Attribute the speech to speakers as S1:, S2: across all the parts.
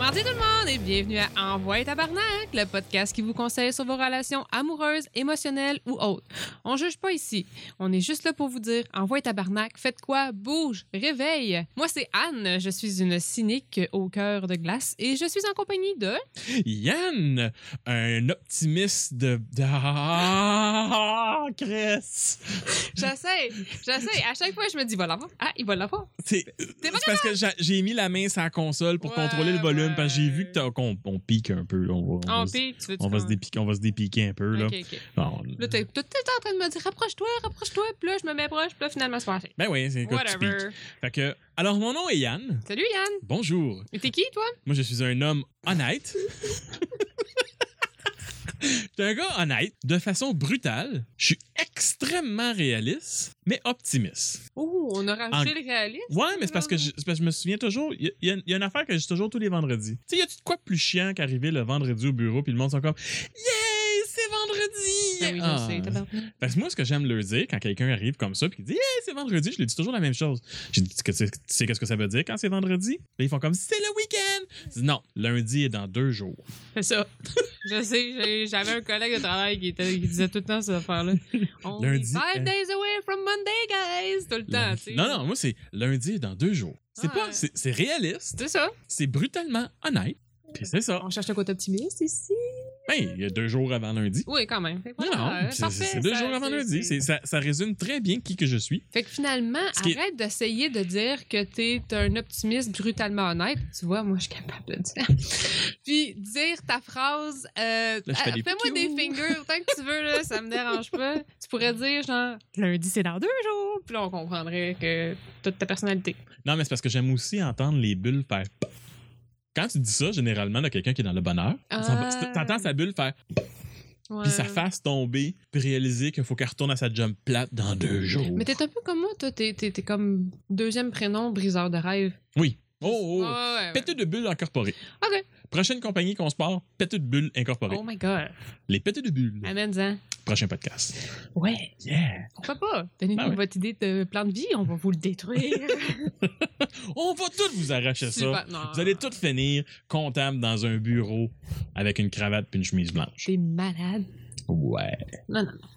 S1: Santé tout le monde et bienvenue à Envoi Tabarnak, le podcast qui vous conseille sur vos relations amoureuses, émotionnelles ou autres. On juge pas ici. On est juste là pour vous dire Envoi Tabarnak, faites quoi, bouge, réveille. Moi c'est Anne, je suis une cynique au cœur de glace et je suis en compagnie de
S2: Yann, un optimiste de. Ah, Chris!
S1: J'essaie, j'essaie, à chaque fois je me dis va l'avoir. Ah, il va l'avoir.
S2: C'est c'est parce que j'a- j'ai mis la main sur la console pour
S1: Ouais,
S2: contrôler le volume, parce que j'ai vu
S1: ouais.
S2: que t'as- qu'on on pique un peu. On va, on va
S1: Oh,
S2: se-
S1: puis tu veux
S2: on va se dépiquer, on va se dépiquer un peu. Là.
S1: OK, OK.
S2: Bon,
S1: Là, t'es tout le temps en train de me dire rapproche-toi, rapproche-toi, puis là je me mets proche, puis là finalement c'est passé.
S2: ben oui, c'est quoi que tu piques.
S1: Whatever.
S2: Fait que, alors, mon nom est Yann.
S1: Salut Yann.
S2: Bonjour.
S1: Et t'es qui toi
S2: Moi, je suis un homme honnête. J'étais un gars honnête, de façon brutale. Je suis extrêmement réaliste, mais optimiste.
S1: Oh, on a rajouté
S2: En-
S1: le réalisme.
S2: Ouais, mais c'est parce, que je- c'est parce que je me souviens toujours, il y, a- il y a une- il y a une affaire que je dis toujours tous les vendredis. Tu sais, y a-tu de quoi de plus chiant qu'arriver le vendredi au bureau puis le monde sont comme Yay, c'est vendredi!
S1: Ah oui, je
S2: Ah.
S1: sais, tabarnak.
S2: Parce que moi, ce que j'aime leur dire quand quelqu'un arrive comme ça puis qu'il dit Yay, c'est vendredi, je lui dis toujours la même chose. Je dis, tu sais- tu sais qu'est-ce que ça veut dire quand c'est vendredi? Là, ils font comme C'est le week-end! Je dis, non, lundi est dans deux jours.
S1: C'est ça. je sais, j'ai- j'avais un collègue de travail qui, était- qui disait tout le temps cette affaire-là. On
S2: Lundi,
S1: est five
S2: hein.
S1: days away from Monday, guys! Tout le temps, tu sais.
S2: Non, non, moi, c'est lundi est dans deux jours. C'est
S1: Ah.
S2: pas, c'est c'est réaliste,
S1: C'est ça.
S2: c'est brutalement honnête. Puis c'est ça.
S1: On cherche le côté optimiste ici.
S2: Ben, il y a deux jours avant lundi.
S1: Oui, quand même. Fait que
S2: Non,
S1: voilà,
S2: non,
S1: euh,
S2: c'est-
S1: parfait,
S2: c'est deux
S1: ça,
S2: jours avant
S1: c'est-
S2: lundi.
S1: c'est-
S2: C'est- Ça, ça résume très bien qui que je suis.
S1: Fait que finalement,
S2: Ce qui est-
S1: arrête d'essayer de dire que t'es un optimiste brutalement honnête. Tu vois, moi, je suis capable de le dire. Puis dire ta phrase, euh,
S2: Là, je fais
S1: ah,
S2: des
S1: fais-moi des
S2: piou.
S1: fingers autant que tu veux, là, ça me dérange pas. Tu pourrais dire, genre, lundi, c'est dans deux jours. Puis là, on comprendrait que toute ta personnalité.
S2: Non, mais c'est parce que j'aime aussi entendre les bulles faire. pop. Quand tu dis ça, généralement, là, quelqu'un qui est dans le bonheur,
S1: Ah.
S2: ça va- t'entends sa bulle faire,
S1: Ouais.
S2: puis sa face tomber, puis réaliser qu'il faut qu'elle retourne à sa jump plate dans deux jours.
S1: Mais t'es un peu comme moi, toi. T'es, t'es- t'es comme deuxième prénom, briseur de rêve.
S2: Oui. Oh, oh.
S1: Ouais, ouais, ouais.
S2: Péteux de bulles incorporées.
S1: Ok.
S2: Prochaine compagnie qu'on se part, péteux de bulles incorporées.
S1: Oh Ah. my god.
S2: Les péteux de bulles.
S1: Amène-en.
S2: Prochain podcast.
S1: Ouais.
S2: Yeah.
S1: Pourquoi pas? Donnez-nous
S2: Ah ouais.
S1: votre idée de plan de vie, on va vous le détruire.
S2: On va tous vous arracher ça.
S1: Super. Non.
S2: Vous allez tous finir comptable dans un bureau avec une cravate puis une chemise blanche.
S1: T'es malade.
S2: Ouais.
S1: Non, non, non.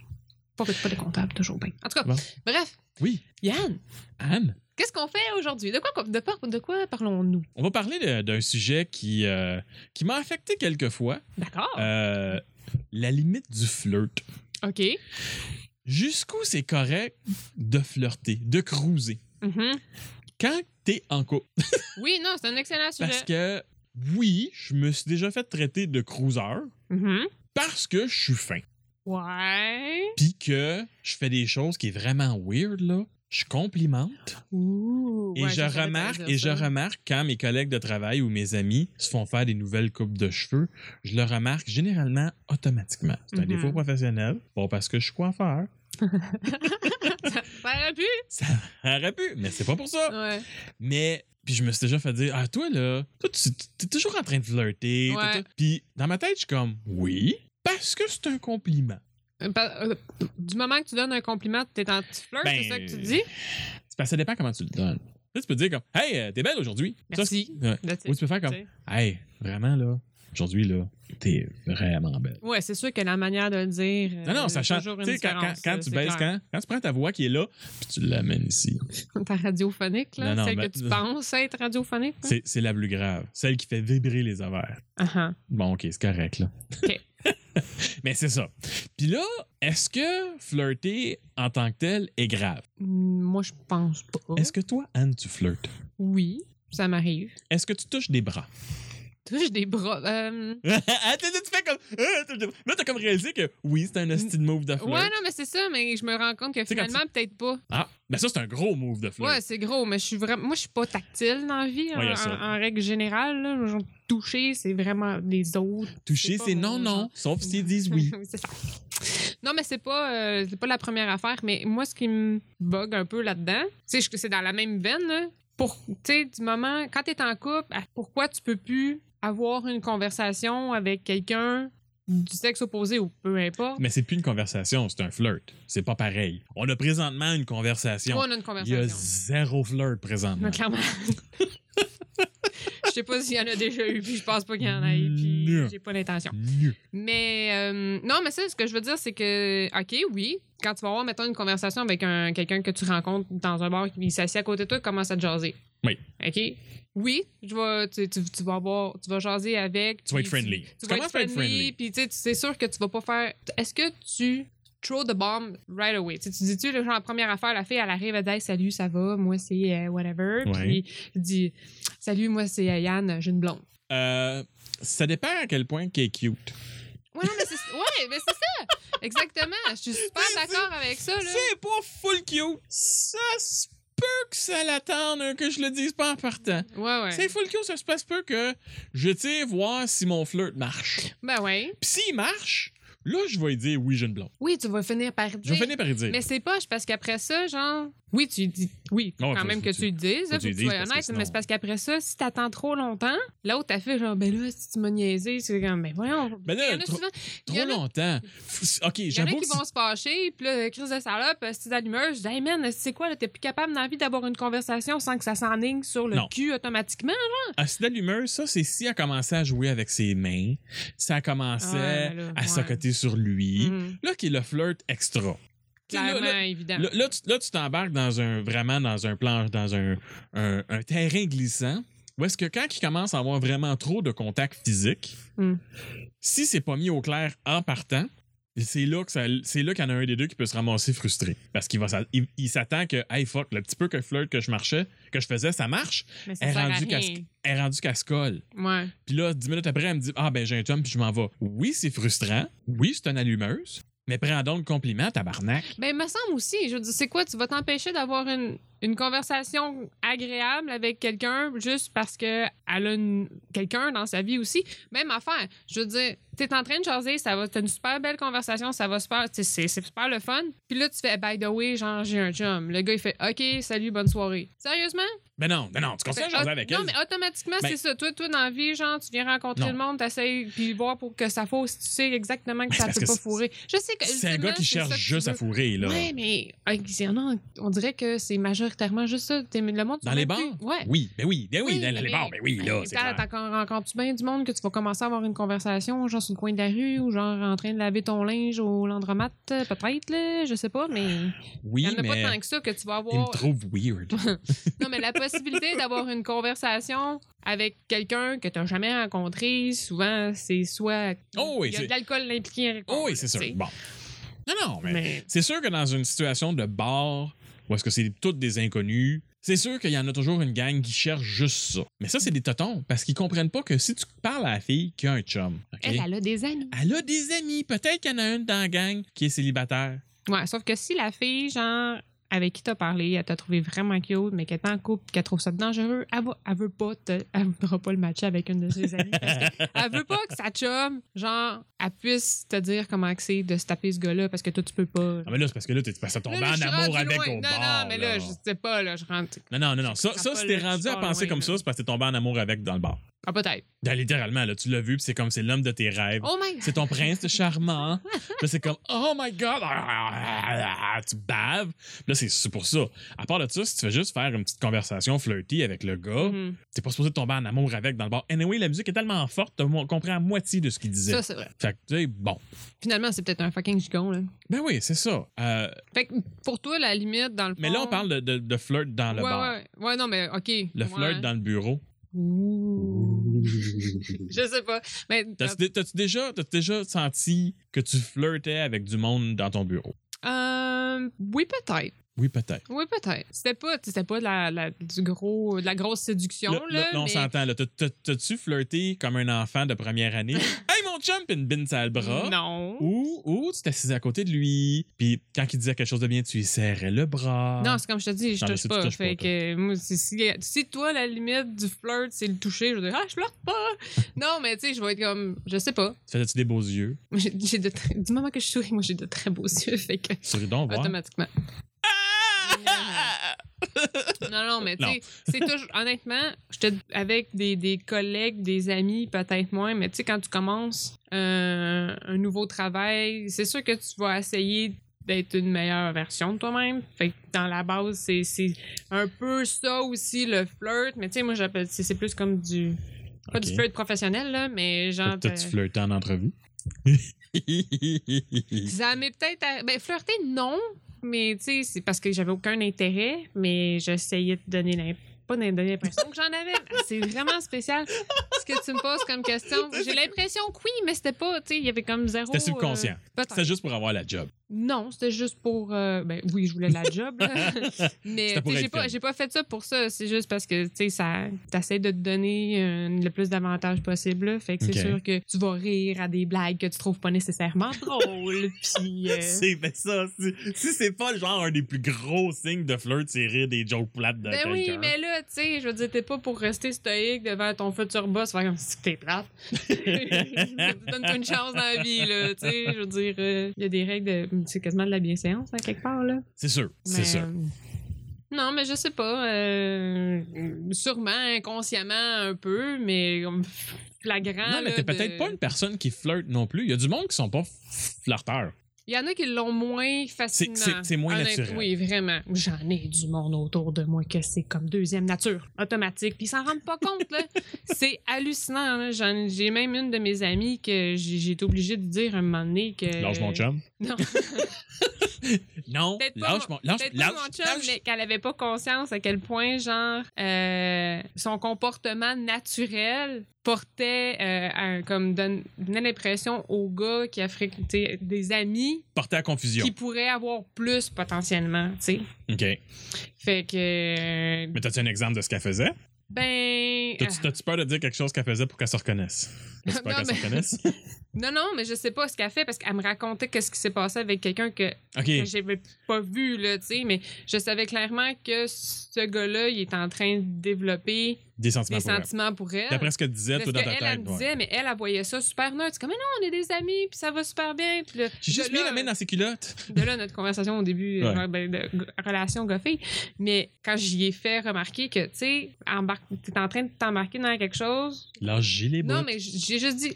S1: Pas, pas des comptables, toujours bien. En tout cas,
S2: Bon.
S1: bref,
S2: Oui,
S1: Yann,
S2: Anne,
S1: qu'est-ce qu'on fait aujourd'hui? De quoi, de, par- de quoi parlons-nous?
S2: on va parler de- d'un sujet qui, euh, qui m'a affecté quelquefois.
S1: D'accord.
S2: Euh, la limite du flirt.
S1: OK.
S2: Jusqu'où c'est correct de flirter, de cruiser,
S1: Mhm.
S2: quand t'es en couple.
S1: Oui, non, c'est un excellent sujet.
S2: Parce que, oui, je me suis déjà fait traiter de cruiser
S1: Mhm.
S2: parce que je suis fin.
S1: Ouais.
S2: Puis que je fais des choses qui est vraiment weird, là. Je complimente.
S1: Ouh.
S2: Et
S1: ouais,
S2: je
S1: savais que t'allais
S2: remarque,
S1: dire
S2: et je
S1: ça.
S2: remarque quand mes collègues de travail ou mes amis se font faire des nouvelles coupes de cheveux, je le remarque généralement automatiquement. C'est un
S1: Mhm.
S2: défaut professionnel. Bon, parce que je suis coiffeur.
S1: Ça aurait pu?
S2: Ça aurait pu, mais c'est pas pour ça.
S1: Ouais.
S2: Mais puis je me suis déjà fait dire, ah toi là, toi tu t'es toujours en train de flirter. t'es
S1: Ouais.
S2: tout- Puis dans ma tête, je suis comme, oui, parce que c'est un compliment.
S1: Euh, pa- euh, Du moment que tu donnes un compliment, t'es en petit flirt,
S2: Ben,
S1: c'est ça que tu dis?
S2: C'est parce que ça dépend comment tu le donnes. Là, tu peux dire comme, hey, euh, t'es belle aujourd'hui. Ça,
S1: Merci.
S2: c'est- ouais.
S1: Là, tu sais,
S2: Ou tu peux faire
S1: tu
S2: comme,
S1: sais.
S2: hey, vraiment là, aujourd'hui là, t'es vraiment belle.
S1: Ouais, c'est sûr que la manière de le dire. euh,
S2: Non, non, ça change.
S1: Tu
S2: Tu sais, quand, quand- quand tu baisses, quand, quand tu prends ta voix qui est là, puis tu l'amènes ici.
S1: Ta radiophonique, là,
S2: Non, ben, euh, non,
S1: celle
S2: mais-
S1: que tu penses être radiophonique. là.
S2: C'est c'est la plus grave. Celle qui fait vibrer les ovaires.
S1: Uh-huh.
S2: Bon, OK, c'est correct, là.
S1: OK.
S2: Mais c'est ça. Puis là, est-ce que flirter en tant que tel est grave?
S1: Moi, je pense pas.
S2: Est-ce que toi, Anne, tu flirtes?
S1: Oui, ça m'arrive.
S2: Est-ce que tu touches des bras?
S1: Touche des bras. euh,
S2: Attends, tu fais comme. Ah, touche des bras. Là, t'as comme réalisé que oui, c'est un hostile move de flirt.
S1: Ouais, non, mais c'est ça, mais je me rends compte que
S2: sais, quand
S1: finalement, peut-être pas.
S2: Ah, ben ça, c'est un gros move de flirt.
S1: Ouais, c'est gros, mais je suis vraiment. Moi, je suis pas tactile dans la vie,
S2: Ouais, y
S1: en,
S2: a ça.
S1: en- en règle générale. là. Genre, toucher, c'est vraiment les autres.
S2: Toucher,
S1: pas
S2: c'est non,
S1: mon genre.
S2: non. Sauf s'ils disent oui.
S1: c'est ça. Non, mais c'est pas, euh, c'est pas la première affaire, mais moi, ce qui me bug un peu là-dedans, c'est que c'est dans la même veine. là. Pour, tu sais, du moment, quand t'es en couple, à- pourquoi tu peux plus avoir une conversation avec quelqu'un du sexe opposé ou peu importe?
S2: Mais c'est plus une conversation, c'est un flirt. C'est pas pareil. On a présentement une conversation.
S1: Moi, on a une
S2: Il y a
S1: conversation.
S2: zéro flirt présentement.
S1: Mais clairement. Je sais pas s'il y en a déjà eu, puis je pense pas qu'il y en ait, puis
S2: Non.
S1: j'ai pas l'intention.
S2: Nu.
S1: Mais euh, non, mais ça, ce que je veux dire, c'est que, OK, oui, quand tu vas avoir, mettons, une conversation avec un, quelqu'un que tu rencontres dans un bar qui s'assied à côté de toi et commence à te jaser.
S2: Oui.
S1: OK? Oui, je vais, tu, tu- tu vas avoir, tu vas jaser avec.
S2: Tu vas
S1: puis
S2: être friendly.
S1: Tu, vas être
S2: commences par
S1: friendly, puis tu sais, tu- c'est sûr que tu vas pas faire. Est-ce que tu throw the bomb right away? Tu sais, tu dis-tu, genre, la première affaire, la fille, elle arrive, elle dit Hey, salut, ça va, moi c'est euh, whatever.
S2: Ouais.
S1: Puis tu dis salut, moi c'est euh, Yann, j'ai une blonde.
S2: Euh, ça dépend à quel point qu'elle est cute.
S1: Ouais, non, mais c'est ouais, mais c'est ça. Exactement. Je suis super
S2: Mais
S1: d'accord avec ça. Là.
S2: C'est pas full cute. Ça se peut que ça l'attende, hein, que je le dise pas en partant.
S1: Ouais, ouais.
S2: C'est full cute, ça se passe peu que je tire voir si mon flirt marche.
S1: Ben ouais.
S2: Pis s'il marche, là, je vais lui dire oui, j'ai une blonde.
S1: Oui, tu vas finir par dire.
S2: Je vais finir par lui dire.
S1: Mais c'est poche parce qu'après ça, genre. Oui, tu dis. Oui,
S2: Ouais,
S1: quand
S2: faut-
S1: même
S2: faut
S1: que
S2: que
S1: tu le dises. là,
S2: faut que
S1: Faut
S2: tu
S1: que
S2: le
S1: tu sois
S2: dises parce
S1: honnête.
S2: que
S1: Mais
S2: sinon-
S1: c'est parce qu'après ça, si t'attends trop longtemps, l'autre, t'as fait genre, ben là, si tu m'as niaisé, c'est comme, ben voyons.
S2: Ben là,
S1: il y en a
S2: trop-
S1: souvent. il y
S2: Trop
S1: en a-
S2: longtemps. F- OK,
S1: Il y en a
S2: j'avoue que
S1: qui
S2: c'est-
S1: vont se fâcher, puis là, crise de salope, euh, c'est d'allumeur. Je dis, hey man, c'est quoi, là, t'es plus capable dans la vie d'avoir une conversation sans que ça s'enligne sur le
S2: Non.
S1: cul automatiquement?
S2: un signal d'humeur, ça, Ah, c'est si elle commençait à jouer avec ses mains, ça commençait
S1: Ah, ben là,
S2: à
S1: ouais.
S2: s'accoter sur lui.
S1: Mhm.
S2: Là, qui est le flirt extra. Tu sais, là,
S1: Clairement,
S2: là,
S1: évident.
S2: Là, là, tu, là, tu t'embarques dans un vraiment dans un plan, dans un, un- un terrain glissant. Où est-ce que quand il commence à avoir vraiment trop de contact physique,
S1: Mm.
S2: si c'est pas mis au clair en partant, c'est là que ça- c'est là qu'il y en a un des deux qui peut se ramasser frustré parce qu'il va s'a- il, il s'attend que hey fuck le petit peu que flirt que je marchais que je faisais ça marche
S1: Mais ça
S2: elle est
S1: sert à
S2: rendue
S1: rien.
S2: qu'à se- elle est rendue qu'elle se colle
S1: Ouais.
S2: puis là dix minutes après elle me dit ah ben j'ai un chum puis je m'en vais oui c'est frustrant oui c'est une allumeuse mais prends donc le compliment tabarnak
S1: Ben, il me semble aussi, je veux dire, c'est quoi, tu vas t'empêcher d'avoir une, une conversation agréable avec quelqu'un juste parce que elle a une- quelqu'un dans sa vie aussi. Même affaire, je veux dire, t'es en train de jaser, ça va, t'as une super belle conversation, ça va super, tu sais, c'est c'est super le fun. Puis là, tu fais, by the way, genre, j'ai un chum. Le gars, il fait, OK, salut, bonne soirée. Sérieusement?
S2: ben non ben non tu
S1: Fait,
S2: continues à jaser
S1: au-
S2: avec
S1: ah, non,
S2: elle
S1: mais automatiquement,
S2: Ben-
S1: c'est ça. Toi, toi, dans la vie, genre, tu viens rencontrer
S2: Non.
S1: le monde, t'essayes, puis voir pour que ça fausse, tu sais exactement que
S2: Ben, c'est
S1: ça
S2: parce
S1: peut
S2: que
S1: pas
S2: c'est-
S1: fourrer. Je sais que.
S2: C'est un
S1: ultimement,
S2: gars qui
S1: c'est ça
S2: cherche
S1: que tu
S2: juste à
S1: veux.
S2: fourrer, là.
S1: Ouais, mais euh, il y en a- on dirait que c'est majoritairement juste ça. T'es- Le monde. tu
S2: Dans
S1: vois
S2: les
S1: plus.
S2: bars?
S1: Ouais.
S2: Oui, ben oui, ben oui,
S1: Oui,
S2: dans les
S1: mais-
S2: bars, ben oui, là,
S1: Ben,
S2: c'est
S1: t'as-
S2: clair.
S1: t'as encore- rencontres-tu bien du monde que tu vas commencer à avoir une conversation, genre sur le coin de la rue, ou genre en train de laver ton linge au landromat, euh, peut-être, là, je sais pas, mais il
S2: Oui,
S1: y en a pas tant
S2: mais
S1: que ça que tu vas
S2: il me
S1: avoir
S2: trouve weird.
S1: non, mais la possibilité d'avoir une conversation avec quelqu'un que tu n'as jamais rencontré, souvent, c'est soit.
S2: Oh oui,
S1: Il y a
S2: c'est-
S1: de l'alcool impliqué.
S2: Oh oui, c'est sûr.
S1: tu sais.
S2: Bon. ben, Non, non, mais,
S1: Mais-
S2: c'est sûr que dans une situation de bar, où est-ce que c'est toutes des inconnus, c'est sûr qu'il y en a toujours une gang qui cherche juste ça. Mais ça, c'est des totons, parce qu'ils comprennent pas que si tu parles à la fille qui a un chum, OK,
S1: Elle, elle a des amis.
S2: elle a des amis, peut-être qu'il y en a une dans la gang qui est célibataire.
S1: Ouais, sauf que si la fille, genre, avec qui t'as parlé, elle t'a trouvé vraiment cute, mais qu'elle est en couple, qu'elle trouve ça dangereux, elle, va, elle veut pas te, elle voudra pas le matcher avec une de ses amies. parce
S2: Ah,
S1: que elle veut pas que sa chum, genre, elle puisse te dire comment que c'est de se taper ce gars-là parce que toi, tu peux pas.
S2: Ah, mais là, c'est parce que là, t'es ça tombe
S1: Là, là,
S2: en
S1: je suis
S2: amour
S1: rendue
S2: avec
S1: loin.
S2: au
S1: non,
S2: bar.
S1: Non, mais là,
S2: là.
S1: je sais pas, là, je rentre.
S2: Non, non, non, non. Ça,
S1: Je
S2: ça
S1: comprends
S2: si t'es
S1: pas, là,
S2: rendu
S1: tu
S2: à
S1: pars
S2: penser
S1: loin,
S2: comme
S1: là.
S2: ça, c'est parce que t'es tombé en amour avec dans le bar.
S1: Ah, peut-être.
S2: Ben, littéralement, là, tu l'as vu, puis c'est comme c'est l'homme de tes rêves.
S1: Oh my
S2: C'est ton prince charmant. là, c'est comme Oh my God! Ah, Tu baves. Là, c'est c'est pour ça. À part de ça, si tu fais juste faire une petite conversation flirty avec le gars,
S1: Mhm.
S2: t'es pas supposé tomber en amour avec dans le bar. Anyway, la musique est tellement forte, t'as mo- compris à moitié de ce qu'il disait.
S1: Ça, c'est vrai.
S2: fait que, tu sais, bon.
S1: Finalement, c'est peut-être un fucking gigon, là.
S2: Ben oui, c'est ça. Euh,
S1: Fait que pour toi, la limite, dans le
S2: mais là, on parle de, de- de flirt dans
S1: de
S2: le
S1: Oh. ouais,
S2: bar.
S1: ouais, ouais, non, mais OK.
S2: Le flirt dans le bureau.
S1: dans... Je sais pas. Mais,
S2: T'as-tu dé- t'as-tu déjà, t'as-tu déjà senti que tu flirtais avec du monde dans ton bureau?
S1: euh, oui, peut-être.
S2: Oui, peut-être.
S1: Oui, peut-être. C'était pas, c'était pas de la, la- du gros, de la grosse séduction,
S2: Là,
S1: là,
S2: là, là, on
S1: mais-
S2: s'entend. là. T'as- t'as- T'as-tu flirté comme un enfant de première année? hey, mon chum, pis une bine sale bras.
S1: Non.
S2: Ou, ou tu t'assises à côté de lui, puis quand il disait quelque chose de bien, tu lui serrais le bras.
S1: Non, c'est comme je te dis, je
S2: Non, mais
S1: touche
S2: si tu
S1: pas.
S2: touches
S1: fait
S2: pas, toi.
S1: que moi, si, si, si toi, la limite du flirt, c'est le toucher, je vais dire, ah, je flirte pas. non, mais tu sais, je vais être comme, je sais pas.
S2: Faisais-tu des beaux yeux?
S1: Moi, j'ai- j'ai de très- du moment que je souris, moi, j'ai de très beaux yeux. Fait que,
S2: Souris donc, voir.
S1: automatiquement.
S2: Ah!
S1: Non, non, mais tu
S2: Non.
S1: sais, c'est toujours. Honnêtement, j'étais avec des, des collègues, des amis, peut-être moins, mais tu sais, quand tu commences euh, un nouveau travail, c'est sûr que tu vas essayer d'être une meilleure version de toi-même. Fait que dans la base, c'est- c'est un peu ça aussi, le flirt. Mais tu sais, moi, j'appelle c'est c'est plus comme du. Pas
S2: Ok.
S1: du flirt professionnel, là, mais genre.
S2: T'as-tu
S1: euh,
S2: flirté en entrevue?
S1: Ça m'est peut-être. à- Ben, flirter, non. Mais tu sais, c'est parce que j'avais aucun intérêt, mais j'essayais de donner l'impression. Pas de donner l'impression que j'en avais. C'est vraiment spécial ce que tu me poses comme question. J'ai l'impression que oui, mais c'était pas, tu sais, il y avait comme zéro.
S2: C'était subconscient.
S1: euh, peut-être.
S2: C'était juste pour avoir la job.
S1: Non, c'était juste pour. euh, ben oui, je voulais la job, là. mais
S2: C'était
S1: tu
S2: pour
S1: sais, j'ai
S2: être
S1: pas,
S2: comme.
S1: j'ai pas fait ça pour ça. C'est juste parce que tu sais, ça, t'essaies de te donner euh, le plus d'avantages possible. là. Fait que c'est
S2: Ok.
S1: sûr que tu vas rire à des blagues que tu trouves pas nécessairement drôles. Puis euh,
S2: C'est ben ça. Si, si c'est pas genre un des plus gros signes de flirt, c'est rire des jokes plates de
S1: Ben
S2: quelqu'un.
S1: oui, mais là, tu sais, je veux dire, t'es pas pour rester stoïque devant ton futur boss, faire comme si t'es plate. Donne-toi une chance dans la vie, là, tu sais. Je veux dire, euh, il y a des règles de. C'est quasiment de la bienséance, hein, quelque part, là.
S2: C'est sûr,
S1: Mais,
S2: c'est sûr.
S1: euh, Non, mais je sais pas. euh, sûrement, inconsciemment, un peu, mais comme flagrant.
S2: Non,
S1: ah,
S2: mais
S1: là,
S2: t'es peut-être
S1: de-
S2: pas une personne qui flirte non plus. Il y a du monde qui sont pas flirteurs.
S1: Il y en a qui l'ont moins facilement.
S2: c'est- c'est moins
S1: Honnête-
S2: naturel.
S1: Oui, vraiment. J'en ai du monde autour de moi que c'est comme deuxième nature, automatique. Puis ils s'en rendent pas compte, là. c'est hallucinant. là. J'en- J'ai même une de mes amies que j'ai j'ai été obligée de dire un moment donné que.
S2: Lâche mon chum.
S1: Euh, Non.
S2: Non,
S1: Peut-être pas
S2: lâche mon lâche,
S1: Peut-être pas
S2: lâche,
S1: Ben, mon chum,
S2: lâche.
S1: mais qu'elle avait pas conscience à quel point, genre, euh, son comportement naturel portait, euh, à un- comme, donne- donnait l'impression au gars qui a fréquenté des amis
S2: Porter à confusion.
S1: qui pourraient avoir plus potentiellement, tu sais.
S2: OK.
S1: Fait que. euh,
S2: Mais t'as-tu un exemple de ce qu'elle faisait?
S1: Ben.
S2: T'as-tu
S1: euh,
S2: t'as-tu peur de dire quelque chose qu'elle faisait pour qu'elle se reconnaisse? T'as-tu peur
S1: Non,
S2: qu'elle
S1: mais-
S2: se reconnaisse?
S1: Non, non, mais je sais pas ce qu'elle fait parce qu'elle me racontait qu'est-ce qui s'est passé avec quelqu'un que, que
S2: OK.
S1: j'avais pas vu, là, tu sais. Mais je savais clairement que ce gars-là, il est en train de développer
S2: Des sentiments
S1: des
S2: pour elle.
S1: sentiments pour elle.
S2: D'après ce que tu disais,
S1: Parce
S2: toi,
S1: qu'elle,
S2: dans ta
S1: elle,
S2: tête.
S1: me
S2: ouais.
S1: disait, mais elle, elle voyait ça super neutre. C'est comme, mais non, on est des amis, puis ça va super bien. Puis là,
S2: J'ai juste
S1: de là-
S2: mis la main dans ses culottes.
S1: de là notre conversation au début, euh,
S2: Ouais.
S1: ben, de g- relation goffée. Mais quand j'y ai fait remarquer que, tu sais, embar- t'es en train de t'embarquer dans quelque chose.
S2: Lâche gilet,
S1: Non, mais j- j'ai juste dit,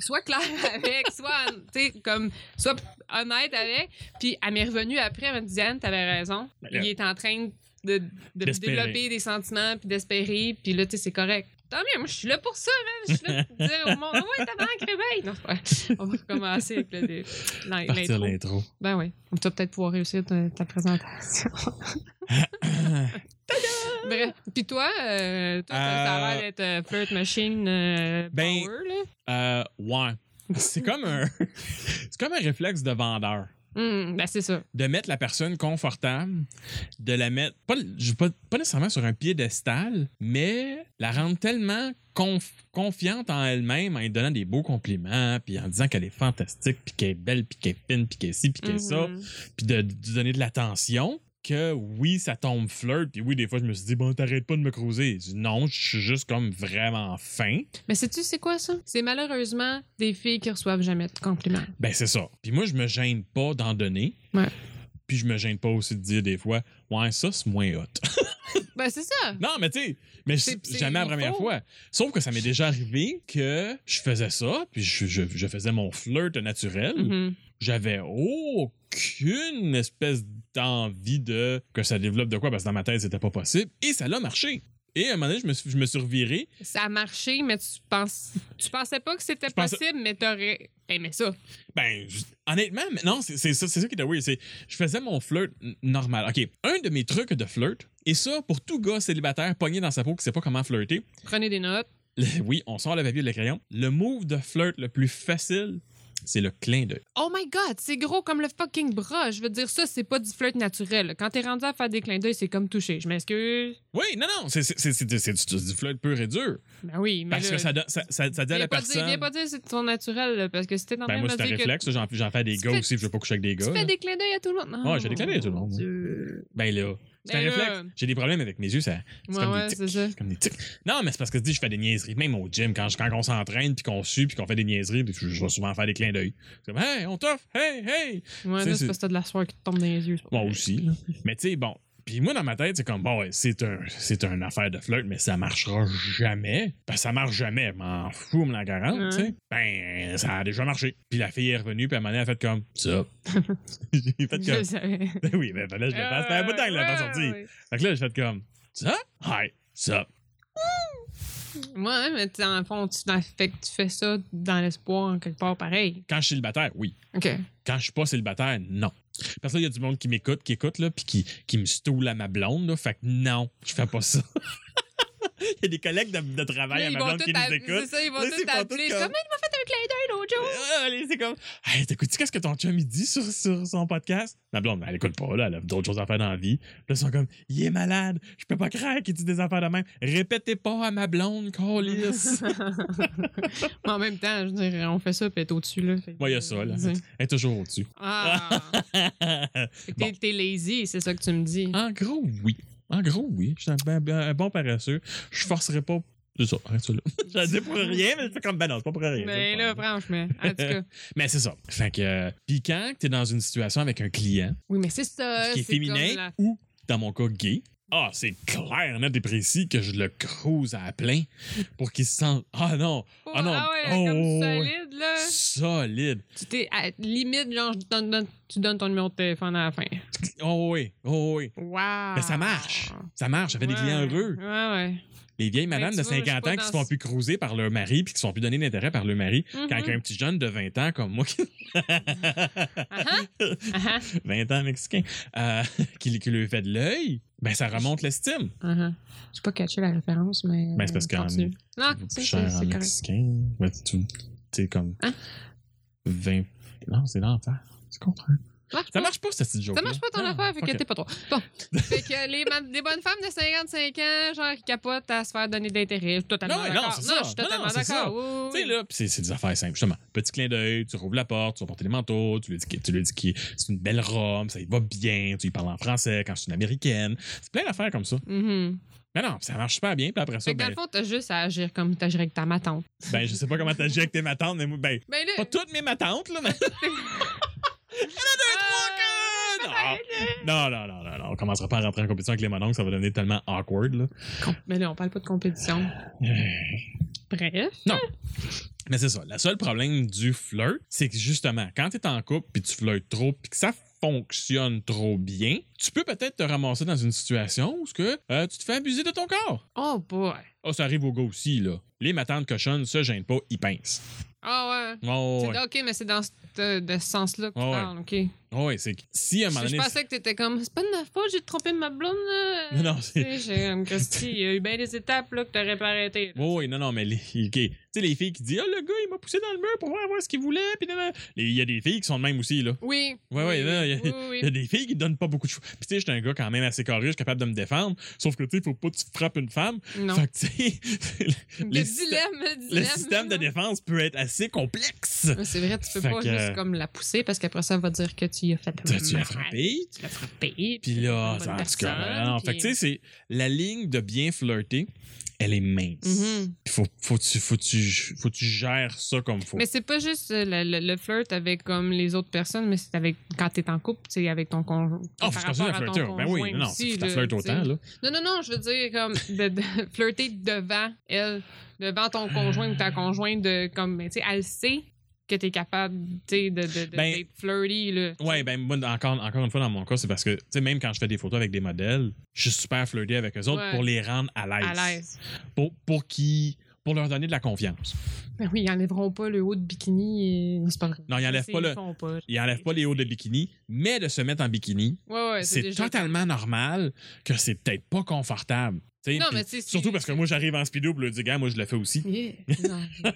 S1: sois clair avec, soit, tu sais, comme, sois honnête avec. Puis elle m'est revenue après, elle m'a dit, Diane, t'avais raison.
S2: Ben là.
S1: Il est en train de, de
S2: D'espérer.
S1: développer des sentiments, puis d'espérer, puis là, tu sais, c'est correct. Tant mieux, moi, je suis là pour ça, man. Je suis là pour dire au monde, ouais, t'as un réveil. Non, c'est pas vrai. on va recommencer avec le- le- l'in-
S2: Partir
S1: l'intro.
S2: l'intro.
S1: Ben oui, tu vas peut-être pouvoir réussir ta, ta présentation. Bref, puis toi, euh, toi t'as- ça a l'air d'être euh, flirt machine euh,
S2: Ben-
S1: power, là.
S2: Euh, ouais. C'est comme un. C'est comme un réflexe de vendeur.
S1: Hum, ben c'est ça.
S2: De mettre la personne confortable, de la mettre. Pas, je- pas, pas nécessairement sur un piédestal, mais la rendre tellement conf- confiante en elle-même en lui donnant des beaux compliments, puis en disant qu'elle est fantastique, puis qu'elle est belle, puis qu'elle est fine, puis qu'elle est ci, puis qu'elle est ça.
S1: Mhm.
S2: puis de, de donner de l'attention que oui, ça tombe flirt, puis oui, des fois, je me suis dit, bon, t'arrêtes pas de me croiser. Je dis, Non, je suis juste comme vraiment fin.
S1: Mais sais-tu, c'est quoi ça? C'est malheureusement des filles qui reçoivent jamais de compliments.
S2: Ben, c'est ça. Puis moi, je me gêne pas d'en donner.
S1: Ouais.
S2: Puis je me gêne pas aussi de dire des fois, ouais, ça, c'est moins hot.
S1: Ben c'est ça!
S2: non, mais tu sais, mais je-
S1: C'est- c'est-
S2: jamais la
S1: il
S2: première
S1: faut.
S2: fois. Sauf que ça m'est déjà arrivé que je faisais ça, puis je, je- je faisais mon flirt naturel.
S1: Mhm.
S2: j'avais aucune espèce d'envie de que ça développe de quoi parce que dans ma tête c'était pas possible et ça l'a marché et à un moment donné je me suis, je me suis reviré
S1: Ça a marché, mais tu penses tu pensais pas que c'était
S2: Je pensais-
S1: possible, mais t'aurais aimé ça.
S2: ben je- honnêtement mais non c'est c'est ça c'est ça qui était weird c'est je faisais mon flirt n- normal ok un de mes trucs de flirt et ça pour tout gars célibataire pogné dans sa peau qui sait pas comment flirter
S1: Prenez des notes.
S2: le- oui on sort le papier et le crayon le move de flirt le plus facile c'est le clin d'œil
S1: Oh my god, c'est gros comme le fucking bras. Je veux dire, ça, c'est pas du flirt naturel. Quand t'es rendu à faire des clins d'œil, c'est comme toucher. Je m'excuse.
S2: oui non non c'est c'est- c'est- c'est- c'est du, du flirt pur et dur
S1: Ben oui, mais
S2: parce
S1: là,
S2: que ça, donne- ça, ça- ça dit à
S1: viens
S2: la
S1: pas dire-
S2: personne
S1: viens pas dire que c'est ton naturel, là, parce que si t'es en train
S2: Ben, moi,
S1: de
S2: c'est
S1: me
S2: un
S1: dire que
S2: réflexe. là, J'en, j'en fais à des
S1: Tu
S2: gars
S1: fais-
S2: aussi. Je veux pas coucher avec des
S1: tu
S2: gars.
S1: fais
S2: là.
S1: des clins d'œil à tout le monde. Non,
S2: Ouais, j'ai des clins d'œil à tout le monde.
S1: Dieu.
S2: Ben là, c'est un
S1: Ben là.
S2: réflexe. J'ai des problèmes avec mes yeux. Ça, c'est
S1: Ouais,
S2: comme,
S1: ouais,
S2: des
S1: c'est
S2: tics,
S1: ça.
S2: comme des tics. Non, mais c'est parce que je dis, je fais des niaiseries. Même au gym, quand, je- quand on s'entraîne, puis qu'on sue, puis qu'on fait des niaiseries, puis je, je vais souvent faire des clins d'œil. C'est comme, hey, on t'offre. Hey, hey.
S1: Ouais,
S2: Tu sais,
S1: là,
S2: c'est-
S1: c'est parce que t'as de la soirée qui te tombe dans les yeux.
S2: Moi aussi. là. Mais tu sais, bon. Puis moi, dans ma tête, c'est comme, bon, ouais, c'est un, c'est une affaire de flirt, mais ça marchera jamais. Ben, ça marche jamais. Je M'en fous, me la garante,
S1: Ouais.
S2: tu sais. Ben, ça a déjà marché. Puis la fille est revenue, puis à un moment donné, elle a fait comme, ça. J'ai fait
S1: Je
S2: comme,
S1: le savais.
S2: Ben oui, mais fallait que je le fasse. C'était un bout de temps que je l'avais pas sorti. Fait que là, j'ai fait comme, ça? Hi, ça.
S1: Ouais, mais tu sais, dans le fond, tu, dans- fait que tu fais ça dans l'espoir, en quelque part, pareil.
S2: Quand je suis célibataire, oui.
S1: OK.
S2: Quand je suis pas célibataire, non. Parce que là, il y a du monde qui m'écoute, qui écoute, là, puis qui, qui me stoule à ma blonde, là. Fait que non, je fais pas ça. Il y a des collègues de, de travail à ma blonde qui
S1: tous
S2: nous
S1: app-
S2: écoutent.
S1: C'est ça, ils vont
S2: Là, c'est
S1: tous
S2: pas
S1: appeler.
S2: tout
S1: Comme...
S2: comme-
S1: Comment il m'a fait un clin d'œil l'autre jour?
S2: Ah, allez, c'est comme. Hey, t'écoutes-tu qu'est-ce que ton chum il dit sur, sur son podcast? Ma blonde, ben, elle écoute pas, là, elle a d'autres choses à faire dans la vie. Puis Là, ils sont comme, il est malade, je peux pas croire qu'il dit des affaires de même. Répétez pas à ma blonde, Colis.
S1: Mais en même temps, je dirais, on fait ça, puis être au-dessus, là. Fait que-
S2: Ouais, y a ça, là. elle est toujours au-dessus.
S1: Ah! fait que t'es- t'es lazy, c'est ça que tu me dis.
S2: en gros, oui. En gros, oui. Je suis un, ben- ben- un bon paresseux. Je forcerai pas. C'est ça, arrête ça là. Je le dis pour rien, mais je fais comme, ben non, c'est pas pour rien.
S1: Mais
S2: c'est pas
S1: là,
S2: pour rien.
S1: franchement, en tout cas.
S2: Mais c'est ça. Fait que. euh, Puis quand t'es dans une situation avec un client,
S1: Oui, mais c'est ça.
S2: qui est
S1: Euh, c'est comme
S2: féminin
S1: la-
S2: ou, dans mon cas, gay. Ah, c'est clair, net et précis que je le crouse à plein pour qu'il se sente. Ah non,
S1: Oh,
S2: Ah non.
S1: Ah ouais,
S2: Oh,
S1: comme
S2: oh,
S1: solide, là.
S2: solide.
S1: Tu t'es à- limite, genre, je donne- donne- tu donnes ton numéro de téléphone à la fin.
S2: Oh oui, oh oui.
S1: Wow!
S2: Mais ça marche. Ça marche, ça fait des
S1: Ah. Ouais.
S2: clients heureux.
S1: Ouais, ouais.
S2: Les vieilles
S1: Ben,
S2: madames
S1: tu
S2: de
S1: vois, je suis
S2: 50
S1: pas
S2: ans qui
S1: dans
S2: se font
S1: ce-
S2: plus cruiser par leur mari puis qui se font plus donner d'intérêt par leur mari.
S1: Mhm.
S2: Quand un petit jeune de 20 ans comme moi, qui-
S1: Ah-ha. Ah-ha.
S2: 20 ans mexicain, euh, qui, qui lui fait de l'œil, ben ça remonte l'estime.
S1: Uh-huh. J'ai pas catché la référence, mais.
S2: Ben, c'est parce qu'en-
S1: continue. Non,
S2: Vous
S1: Ah, c'est
S2: plus cher
S1: c'est-
S2: en
S1: c'est correct.
S2: mexicain. Ouais, tu sais, comme.
S1: Hein?
S2: 20. Non, c'est l'enfer. C'est contraire.
S1: Ça marche
S2: Ça
S1: pas.
S2: Ah, marche pas, cette petite joke.
S1: Ça marche pas ton affaire, fait que t'es pas trop. Bon. fait que les, ma- les bonnes femmes de 55 ans, genre, qui capotent à se faire donner d'intérêt. Je suis totalement
S2: Non, ouais, non,
S1: d'accord.
S2: c'est ça.
S1: je suis
S2: Non, non,
S1: totalement
S2: c'est ça.
S1: d'accord. Oui, oui,
S2: Tu sais, là, pis c'est c'est des affaires simples, justement. Petit clin d'œil, tu rouvres la porte, tu vas porter les manteaux, tu lui dis que tu lui dis que c'est une belle robe, ça y va bien, tu lui parles en français quand c'est une américaine. C'est plein d'affaires comme ça.
S1: Mhm.
S2: Mais non, ça marche super bien, puis après ça,
S1: Fait que dans
S2: ben,
S1: le fond, t'as juste à agir comme t'agirais avec ta ma tante.
S2: ben, je sais pas comment t'agis avec tes matantes, mais moi, ben,
S1: Ben là.
S2: pas toutes mes matantes, là, mais.
S1: euh,
S2: Non. Non, non, non, non, non, on commencera pas à rentrer en compétition avec les mononcles, ça va devenir tellement awkward, là.
S1: Mais là, on parle pas de compétition. Bref.
S2: Mais c'est ça. Le seul problème du flirt, c'est que justement, quand t'es en couple puis tu flirtes trop puis que ça fonctionne trop bien, tu peux peut-être te ramasser dans une situation où ce que, euh, tu te fais abuser de ton corps.
S1: Oh boy.
S2: Ah, ça arrive au gars aussi, là. Les matantes cochonnes, ça gêne pas, ils pincent.
S1: Ah ouais.
S2: Oh,
S1: C'est-
S2: ouais.
S1: Ok, mais c'est dans ce, de ce sens-là que tu
S2: Ouais, ouais.
S1: parles, ok. Je,
S2: Oh, ouais, c'est que si à un moment
S1: je
S2: donné.
S1: pensais que t'étais comme, c'est pas de ma faute, j'ai trompé ma blonde, là.
S2: Non, non,
S1: Tu sais,
S2: c'est.
S1: j'ai comme, Christy, il y a eu bien des étapes, là, que t'aurais pas arrêté. là.
S2: Oh, ouais, non, non, mais les, ok. tu sais, les filles qui disent, ah, le gars, il m'a poussé dans le mur pour voir voir ce qu'il voulait, puis nanana. Les- il y a des filles qui sont de même aussi, là.
S1: Oui.
S2: Ouais, ouais,
S1: oui,
S2: là,
S1: oui,
S2: il y a-
S1: oui,
S2: Il
S1: oui.
S2: y a des filles qui donnent pas beaucoup de choix. Puis tu sais, j'étais un gars quand même assez carré, je suis capable de me défendre. Sauf que tu sais, faut pas que tu frappes une femme.
S1: Non.
S2: Fait que tu sais,
S1: Le
S2: les syst-
S1: dilemme, le dilemme.
S2: le système de défense peut être assez complexe.
S1: Ouais, C'est vrai, tu peux
S2: Fait
S1: pas
S2: que-
S1: juste comme la pousser parce qu'après ça, elle va dire que tu y as fait
S2: Tu tu
S1: mal,
S2: as frappé.
S1: Tu l'as frappé.
S2: Puis là, ça, en tout cas, non. Fait que tu sais, c'est la ligne de bien flirter, elle est mince.
S1: Mm-hmm. Mmh.
S2: Puis faut, faut, tu, faut, tu, faut tu gères ça comme faut.
S1: Mais c'est pas juste euh, le, le- le flirt avec comme les autres personnes, mais c'est avec quand t'es en couple, c'est avec ton conjoint.
S2: Oh,
S1: par
S2: faut se
S1: rapport
S2: considérer
S1: à ton
S2: flirteur. Ben oui,
S1: conjoint
S2: non,
S1: aussi,
S2: tu t'as
S1: là,
S2: flirté
S1: tu sais.
S2: autant, là.
S1: Non, non, non, je veux dire comme de, de flirter devant elle, devant ton conjoint ou ta conjointe, de comme ben, tu sais, elle sait que t'es capable, tu sais, de, de, de-
S2: Ben,
S1: d'être flirty là.
S2: Ouais, ben moi, encore, encore une fois, dans mon cas, c'est parce que, tu sais, même quand je fais des photos avec des modèles, je suis super flirté avec eux autres
S1: Ouais.
S2: pour les rendre à l'aise.
S1: à l'aise.
S2: pour, pour qui pour leur donner de la confiance.
S1: Ben oui, ils enlèveront pas le haut de bikini. et- C'est pas grave.
S2: Non, ils enlèvent
S1: Ça,
S2: pas
S1: ils
S2: le-
S1: le font pas.
S2: Ils n'enlèvent pas les hauts de bikini, mais de se mettre en bikini,
S1: Ouais, ouais,
S2: c'est
S1: déjà-
S2: totalement normal que c'est peut-être pas confortable. Tu sais,
S1: Non,
S2: puis
S1: mais tu sais,
S2: surtout
S1: c'est-
S2: parce que moi j'arrive en speedo pour le dire, gars, moi je le fais aussi.
S1: Yeah. Non.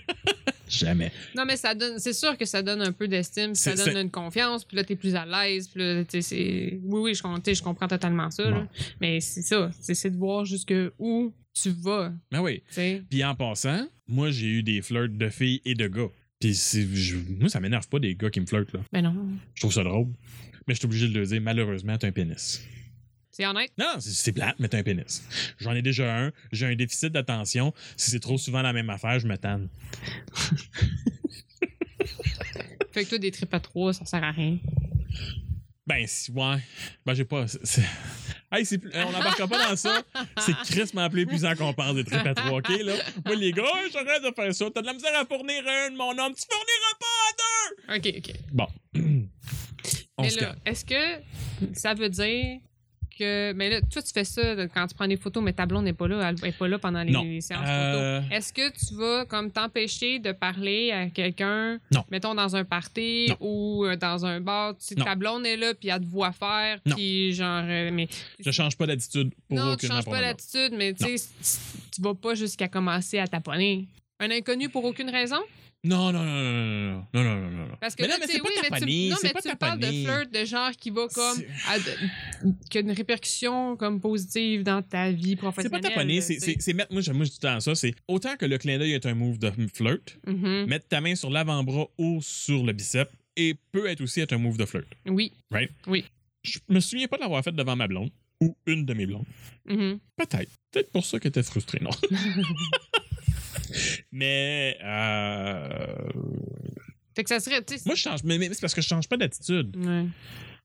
S2: Jamais.
S1: Non, mais ça donne. C'est sûr que ça donne un peu d'estime, puis ça
S2: C'est-
S1: donne une confiance, puis là, t'es plus à l'aise, puis là, tu sais, c'est. Oui, oui, je, com- tu sais, je comprends totalement ça, là.
S2: Bon.
S1: Mais c'est ça. C'est c'est de voir jusque où tu vas,
S2: Mais Ben oui.
S1: tu sais.
S2: Puis en passant, moi j'ai eu des flirts de filles et de gars. Puis c'est- je- moi ça m'énerve pas des gars qui me flirtent là.
S1: Mais non.
S2: Je trouve ça drôle. Mais je suis obligé de le dire, malheureusement, t'as un pénis.
S1: C'est honnête.
S2: Non, c'est- c'est plate, mais t'as un pénis. J'en ai déjà un, j'ai un déficit d'attention. Si c'est trop souvent la même affaire, je me tanne.
S1: Fait que toi, des tripes à trois, ça sert à rien.
S2: Ben, si, ouais. Ben, j'ai pas. c'est- Hey, c'est plus- euh, on n'embarquera pas dans ça. C'est Chris m'a appelé plus qu'on parle des tripes à 3 OK, là. Moi, les gars, hey, j'arrête de faire ça. T'as de la misère à fournir un de mon homme. Tu fourniras pas
S1: OK, OK.
S2: à deux! Bon. on
S1: mais
S2: se
S1: là,
S2: calme.
S1: est-ce que ça veut dire que. Mais là, toi, tu fais ça de- quand tu prends des photos, mais ta blonde n'est pas là. Elle n'est pas là pendant les,
S2: Non.
S1: les séances
S2: Euh,
S1: photo. Est-ce que tu vas comme t'empêcher de parler à quelqu'un,
S2: Non.
S1: mettons dans un party
S2: Non.
S1: ou euh, dans un bar? Si
S2: Non.
S1: ta blonde est là, puis elle te voit faire,
S2: Non.
S1: puis genre. euh, mais
S2: Je change pas d'attitude pour
S1: non, tu
S2: aucune
S1: changes pas l'attitude, mais tu sais, c- tu vas pas jusqu'à commencer à taponner. Un inconnu pour aucune raison?
S2: Non, non, non, non, non, non, non, non, non, non.
S1: Parce que
S2: mais
S1: là,
S2: non, mais
S1: tu
S2: c'est
S1: sais,
S2: pas
S1: oui, mais tu,
S2: tapané,
S1: non,
S2: c'est
S1: mais
S2: pas
S1: tu me parles de
S2: tapané.
S1: flirt de genre qui va comme
S2: C'est-
S1: à de- qui a une répercussion comme positive dans ta vie
S2: C'est pas
S1: professionnelle.
S2: taponné, c'est-
S1: tu
S2: c'est
S1: sais.
S2: c'est mettre. Moi, j'aime moi, je dis tout le temps ça. C'est autant que le clin d'œil est un move de flirt,
S1: Mhm.
S2: mettre ta main sur l'avant-bras ou sur le bicep et peut être aussi être un move de flirt.
S1: Oui.
S2: Je me souviens pas de l'avoir fait devant ma blonde ou une de mes blondes.
S1: Mhm.
S2: Peut-être. Peut-être pour ça qu'elle était frustrée, non. mais euh,
S1: Fait que ça serait. tu sais,
S2: moi je change mais, mais c'est parce que je change pas d'attitude
S1: Ouais.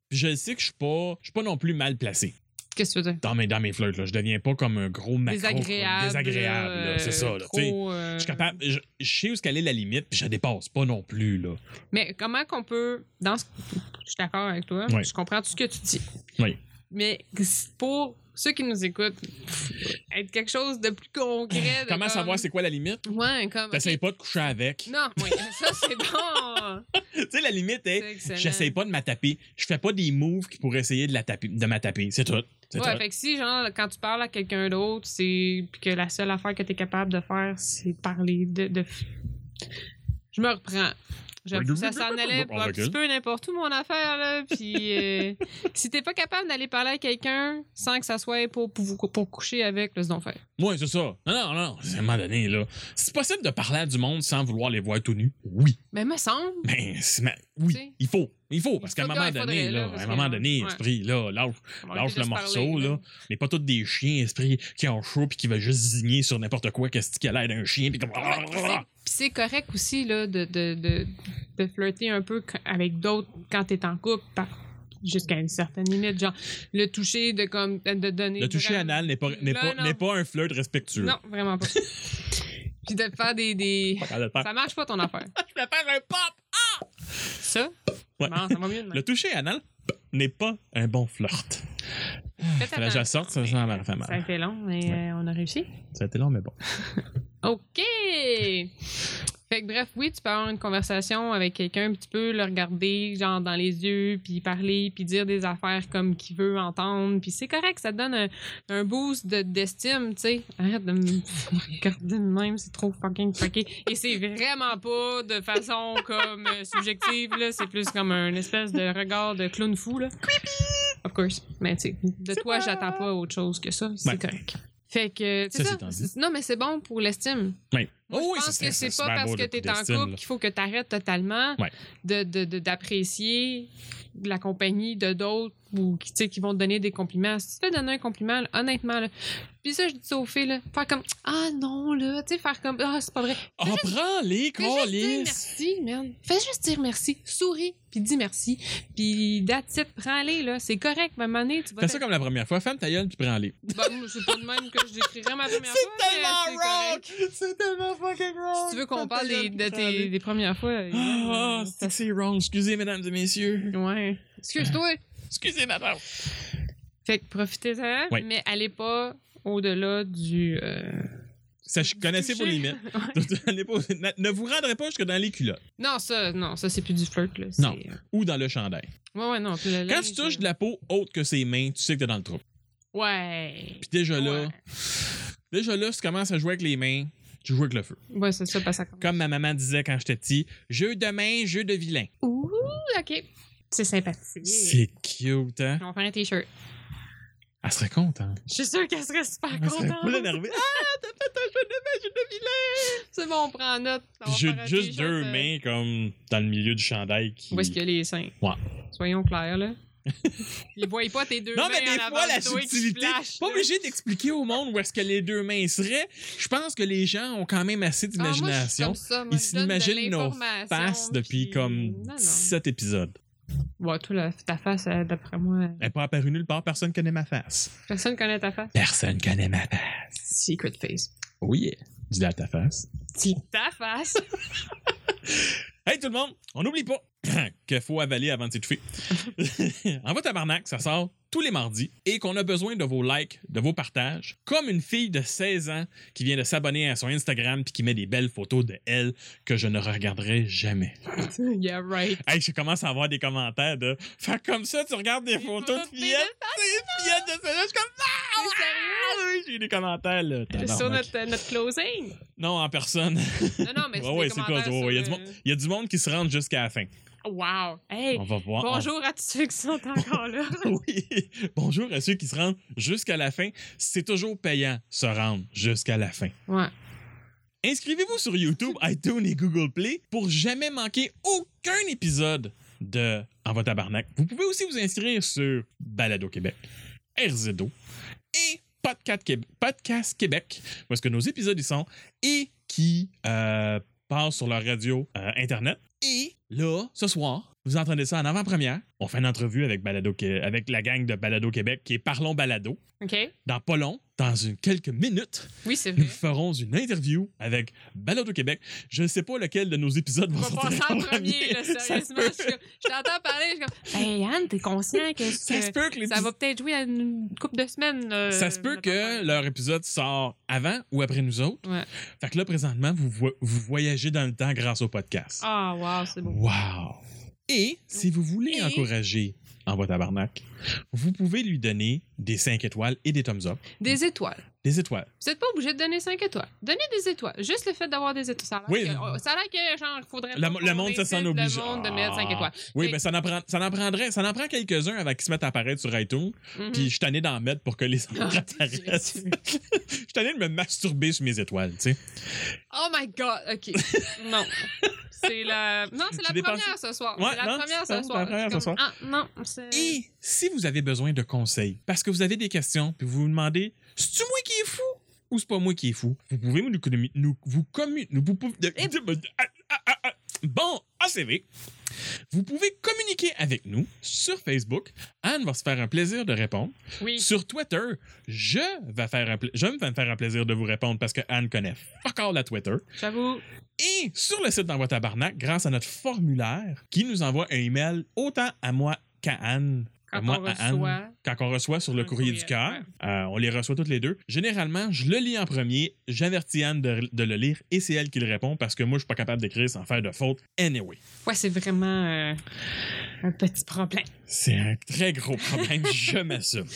S2: Puis je sais que je suis pas je suis pas non plus mal placé
S1: Qu'est-ce que tu veux dire?
S2: dans mes dans mes flirts là je deviens pas comme un gros macro
S1: Désagréable.
S2: désagréable là,
S1: euh,
S2: c'est ça là, tu sais.
S1: trop, euh,
S2: je suis capable je, je sais où est-ce qu'elle est la limite puis je la dépasse pas non plus là
S1: Mais comment qu'on peut. Dans ce- Je suis d'accord avec toi.
S2: Oui.
S1: Je comprends tout ce que tu dis.
S2: Oui.
S1: Mais pour ceux qui nous écoutent, être quelque chose de plus concret. de
S2: comment
S1: comme-
S2: savoir c'est quoi la limite
S1: Ouais, comme.
S2: t'essayes pas de coucher avec
S1: Non, oui, ça c'est bon.
S2: tu sais la limite est
S1: C'est excellent.
S2: J'essaie pas de m'attaper. Je fais pas des moves qui pourraient essayer de, la taper, de m'attaper. C'est tout. C'est
S1: Ouais,
S2: tout.
S1: fait que si, genre, quand tu parles à quelqu'un d'autre, c'est. Puis que la seule affaire que tu es capable de faire, c'est parler de. de- Je me reprends. J'avoue, ça s'en allait
S2: On
S1: un
S2: recule.
S1: petit peu n'importe où, mon affaire, là. Puis euh, si t'es pas capable d'aller parler à quelqu'un sans que ça soit pour, pour, vous- pour coucher avec, là, c'est donc faire.
S2: Ouais, c'est ça. Non, non, non. C'est à un moment donné, là. C'est possible de parler à du monde sans vouloir les voir tout nus? Oui.
S1: Mais me semble.
S2: Mais, c'est ma- oui,
S1: Tu sais.
S2: il faut. Il faut, parce
S1: Il
S2: qu'à un
S1: faut
S2: moment
S1: qu'il faudrait,
S2: donné,
S1: là,
S2: là,
S1: parce
S2: à un
S1: que-
S2: moment donné,
S1: ouais.
S2: esprit, là, lâche,
S1: on
S2: lâche
S1: peut
S2: le
S1: juste
S2: morceau,
S1: parler,
S2: là. On n'est pas tous des chiens, esprit, qui ont chaud puis qui veulent juste zigner sur n'importe quoi, qu'est-ce qui a l'air d'un chien, puis comme.
S1: Puis c'est correct aussi là, de, de, de, de flirter un peu qu- avec d'autres quand t'es en couple par- jusqu'à une certaine limite. Genre, le toucher de comme de donner.
S2: Le toucher
S1: vraiment-
S2: anal n'est pas, n'est
S1: Non,
S2: pas,
S1: non.
S2: n'est pas un flirt respectueux.
S1: Non, vraiment pas. Puis de faire des. des...
S2: Pas capable de le faire.
S1: Ça marche pas ton affaire.
S2: Je vais faire un pop! Ah!
S1: Ça?
S2: Ouais.
S1: Bon, ça va mieux demain.
S2: Le toucher anal n'est pas un bon flirt.
S1: Faites
S2: Fallait que je la sorte, ça, ça m'a fait
S1: Ça a
S2: mal.
S1: été long, mais
S2: Ouais.
S1: euh, on a réussi.
S2: Ça a été long, mais bon.
S1: OK! Fait que bref, oui, tu peux avoir une conversation avec quelqu'un, puis tu peux le regarder genre dans les yeux, puis parler, puis dire des affaires comme qu'il veut entendre, puis c'est correct, ça te donne un, un boost de- d'estime, tu sais. Arrête de me me regarder de même, c'est trop fucking fucké. Et c'est vraiment pas de façon comme euh, subjective, là, c'est plus comme un espèce de regard de clown fou, là. Creepy! Of course. Mais tu sais, de
S2: C'est
S1: toi,
S2: pas-
S1: j'attends pas autre chose que ça, c'est
S2: Ouais.
S1: correct. Fait que, c'est
S2: Ça,
S1: ça.
S2: c'est tendu.
S1: Non, mais c'est bon pour l'estime.
S2: Oui.
S1: Moi,
S2: Oh oui,
S1: je
S2: ça,
S1: pense que c'est
S2: un
S1: pas
S2: super
S1: parce
S2: beau
S1: que
S2: le coup
S1: tu es en
S2: d'estime,
S1: couple
S2: là.
S1: qu'il faut que tu arrêtes totalement
S2: Ouais.
S1: de- de- de- d'apprécier la compagnie de d'autres ou qui, tu sais, qui vont te donner des compliments. Si tu te fais donner un compliment, là, honnêtement, là, puis ça, je dis ça aux filles, là, faire comme Ah non, là, tu sais, faire comme Ah, c'est pas vrai.
S2: Oh, prends-les,
S1: Fais juste dire
S2: câlisse!
S1: merci, man. Fais juste dire merci. Souris, puis dis merci. Puis that's it, prends-les, là. C'est correct, ma manée, tu vas
S2: Fais
S1: te-
S2: ça comme la première fois. Ferme ta gueule, puis prends-les.
S1: Bah, moi, c'est pas de même que je décrirais ma première fois. mais c'est correct.
S2: C'est tellement fucking wrong!
S1: Si tu veux qu'on parle des, de tes, des premières fois. euh,
S2: Ah,
S1: euh,
S2: c'est que c'est wrong. Excusez, mesdames et messieurs.
S1: Ouais. Excuse-toi.
S2: Excusez ma part.
S1: Fait que profitez-en,
S2: Ouais.
S1: mais allez pas au-delà du. euh,
S2: Sachez- Connaissez vos
S1: toucher.
S2: limites.
S1: Ouais.
S2: Allez pas au- ne- ne vous rendrez pas jusque dans les culottes
S1: Non, ça, non, ça c'est plus du flirt. Là. C'est- euh,
S2: Non. ou dans le chandail.
S1: Ouais, ouais, non. puis le
S2: Quand
S1: linge,
S2: tu touches
S1: euh,
S2: de la peau autre que ses mains, tu sais que t'es dans le trou.
S1: Ouais.
S2: Puis déjà là,
S1: Ouais.
S2: déjà là, si tu commences à jouer avec les mains, tu joues avec le feu.
S1: Ouais, c'est ça, passe à
S2: Comme ma maman disait quand j'étais petit, jeu de main, jeu de vilain.
S1: Ouh, ok. C'est sympathique.
S2: C'est cute, hein?
S1: On va faire un t-shirt.
S2: Elle serait contente.
S1: Je suis sûre qu'elle serait super
S2: Elle serait full
S1: contente.
S2: énervée. Ah, t'as fait un jeu de main, jeu de vilain!
S1: C'est bon, on prend note. On
S2: Puis
S1: va
S2: j'ai
S1: faire un
S2: juste
S1: t-shirt,
S2: deux
S1: euh,
S2: mains comme dans le milieu du chandail qui.
S1: Où est-ce qu'il y a les seins?
S2: Ouais.
S1: Soyons clairs, là. Ils voient pas tes deux
S2: Non,
S1: mains
S2: mais des
S1: en
S2: fois,
S1: avant
S2: la
S1: de toi qui
S2: subtilité.
S1: flashent,
S2: Pas
S1: là.
S2: obligé d'expliquer au monde où est-ce que les deux mains seraient. Je pense que les gens ont quand même assez
S1: Ah, moi, je suis
S2: d'imagination.
S1: comme ça, moi,
S2: Ils
S1: je donne de
S2: s'imaginent nos
S1: l'information,
S2: faces depuis
S1: puis-
S2: comme
S1: Non, non.
S2: 17 épisodes.
S1: Ouais, toi, la- ta face, euh, d'après moi,
S2: Elle n'est pas apparue nulle part, personne connaît ma face.
S1: personne connaît ta face.
S2: Personne connaît ma face.
S1: Secret face.
S2: Oui. Dis-le Oh à ta face.
S1: Dis ta face.
S2: Hey tout le monde, on n'oublie pas qu'il faut avaler avant de s'étouffer. Envoie tabarnak, ça sort tous les mardis et qu'on a besoin de vos likes, de vos partages, comme une fille de 16 ans qui vient de s'abonner à son Instagram puis qui met des belles photos de elle que je ne regarderai jamais.
S1: yeah, right.
S2: Hey, je commence à avoir des commentaires de faire comme ça, tu regardes des
S1: Des
S2: photos de
S1: photos de
S2: fillettes, des fillettes de ça, je suis comme
S1: T'es sérieux?
S2: ah oui, j'ai eu des commentaires là.
S1: Sur
S2: tabarnak.
S1: notre, notre closing.
S2: Non, en personne.
S1: Non, non, mais
S2: Ouais, ouais,
S1: des
S2: c'est
S1: commentaires
S2: quoi, ouais, ouais, y a
S1: sur,
S2: du Il y a du monde qui se rend jusqu'à la fin.
S1: euh, Wow. Hey,
S2: On va voir. on-
S1: bonjour à tous ceux qui sont encore là.
S2: Oui. Bonjour à ceux qui se rendent jusqu'à la fin. C'est toujours payant se rendre jusqu'à la fin.
S1: ouais.
S2: Inscrivez-vous sur YouTube, iTunes et Google Play pour jamais manquer aucun épisode de Envoi Tabarnak. Vous pouvez aussi vous inscrire sur Balado Québec, RZO et Podcast, Québ- Podcast Québec, parce que nos épisodes y sont et qui euh, passent sur leur radio euh, Internet. Et là, ce soir, vous entendez ça en avant-première. On fait une entrevue avec, Balado, Qué- avec la gang de Balado Québec qui est Parlons Balado.
S1: OK.
S2: Dans pas long, dans une, quelques minutes,
S1: Oui, c'est
S2: nous
S1: vrai.
S2: ferons une interview avec Balado Québec. Je ne sais pas lequel de nos épisodes
S1: On
S2: va
S1: va passer
S2: sortir
S1: en premier, là,
S2: Ça se
S1: sérieusement.
S2: peut-
S1: Je, suis comme- je t'entends parler, je suis comme, hey Anne, t'es conscient que
S2: Ça se
S1: ce-
S2: peut que l'épis-
S1: ça va peut-être jouer à une couple de semaines. euh,
S2: ça se peut
S1: notre
S2: que
S1: affaire.
S2: leur épisode sort avant ou après nous autres.
S1: Ouais.
S2: Fait que là, présentement, vous, vo- vous voyagez dans le temps grâce au podcast.
S1: Ah, wow, c'est beau.
S2: Wow! Et si vous voulez
S1: Et-
S2: encourager Envoi Tabarnak, vous pouvez lui donner des 5 étoiles et des thumbs up.
S1: Des étoiles.
S2: Des étoiles.
S1: Vous n'êtes pas obligé de donner 5 étoiles. Donnez des étoiles. Juste le fait d'avoir des étoiles. Ça a l'air
S2: Oui.
S1: que, oh, ça a l'air que, genre, faudrait.
S2: Le,
S1: pas
S2: mo-
S1: qu'on
S2: le monde, ça s'en
S1: incite
S2: oblige.
S1: Le monde de mettre 5
S2: Ah.
S1: étoiles.
S2: Oui,
S1: Et-
S2: ben ça en prend, ça en prendrait, ça en prend quelques-uns avant qu'ils se mettent à apparaître sur iTunes.
S1: Mhm.
S2: Puis je suis tanné d'en mettre pour que les autres
S1: Ah,
S2: apparaissent.
S1: Dieu.
S2: Je suis tanné de me masturber sur mes étoiles, tu sais.
S1: Oh my god, ok. Non. C'est la. Non, c'est
S2: J'ai
S1: la
S2: dépensé-
S1: première ce soir.
S2: Ouais,
S1: c'est la
S2: non,
S1: première
S2: c'est
S1: ce
S2: la
S1: soir.
S2: première
S1: Je suis
S2: ce
S1: comme,
S2: soir.
S1: Ah, non, c'est.
S2: Et si vous avez besoin de conseils, parce que vous avez des questions, puis vous vous demandez, c'est-tu moi qui est fou ou c'est pas moi qui est fou? Vous pouvez nous, commu- nous vous commu- nous vous pouvez-
S1: Eh
S2: Ah, ah, ah, ah. Bon, ACV. Vous pouvez communiquer avec nous sur Facebook. Anne va se faire un plaisir de répondre.
S1: Oui.
S2: Sur Twitter, je vais, faire un pla- je vais me faire un plaisir de vous répondre parce que Anne connaît encore la Twitter.
S1: J'avoue.
S2: Et sur le site d'Envoi Tabarnak, grâce à notre formulaire qui nous envoie un email autant à moi qu'à Anne.
S1: Quand
S2: à moi,
S1: on
S2: à Anne,
S1: reçoit.
S2: quand on reçoit sur le
S1: Un
S2: courrier
S1: courriel,
S2: du cœur,
S1: ouais.
S2: euh, on les reçoit toutes les deux. Généralement, je le lis en premier, j'avertis Anne de, de le lire et c'est elle qui le répond parce que moi, je suis pas capable d'écrire sans faire de faute. Anyway,
S1: Ouais, c'est vraiment euh, un petit problème.
S2: c'est un très gros problème, je m'assume.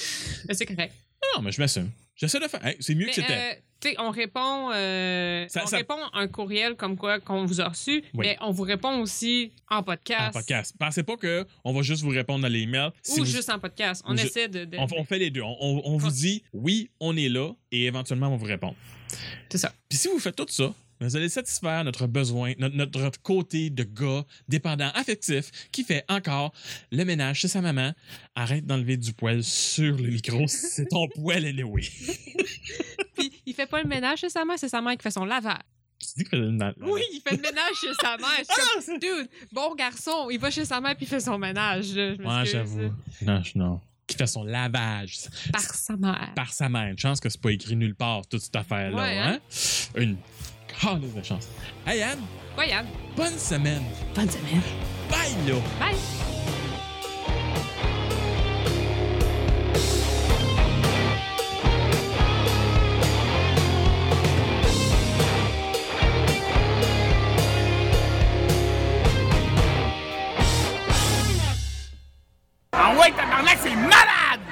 S1: Mais c'est correct.
S2: Non, mais je m'assume. J'essaie de faire. Hey, c'est mieux
S1: Mais,
S2: que c'était.
S1: euh, tu sais, on répond, euh,
S2: Ça-
S1: on
S2: ça-
S1: répond un courriel comme quoi qu'on vous a reçu,
S2: Oui.
S1: mais on vous répond aussi en podcast,
S2: en podcast. Pensez pas qu'on va juste vous répondre à l'email.
S1: euh, ou
S2: Si vous-
S1: juste en podcast. On
S2: Je-
S1: essaie de, de-
S2: On, on fait les deux. On, on- on vous dit oui, on est là et éventuellement on va vous répond.
S1: C'est ça.
S2: Puis si vous faites tout ça, ben, vous allez satisfaire notre besoin, notre, notre côté de gars dépendant affectif qui fait encore le ménage chez sa maman. Arrête d'enlever du poil sur le micro, c'est ton poil anyway.
S1: Puis il fait pas le ménage chez sa mère, c'est sa mère qui fait son lavage.
S2: Tu dis que dans-
S1: Oui, il fait le ménage chez sa mère. Je suis
S2: Ah,
S1: comme, dude, bon garçon, il va chez sa mère puis il fait son ménage. là, je
S2: Ouais,
S1: m'excuse.
S2: j'avoue. Non, je- non. Qui fait son lavage
S1: Par sa mère.
S2: par sa mère. Une chance que c'est pas écrit nulle part, toute cette affaire-là.
S1: Ouais,
S2: hein? Une calice de chance. Hey Anne,
S1: Voyable.
S2: bonne semaine.
S1: Bonne semaine.
S2: Bye là!
S1: Bye.
S3: Ah ouais, tabarnak, c'est malade!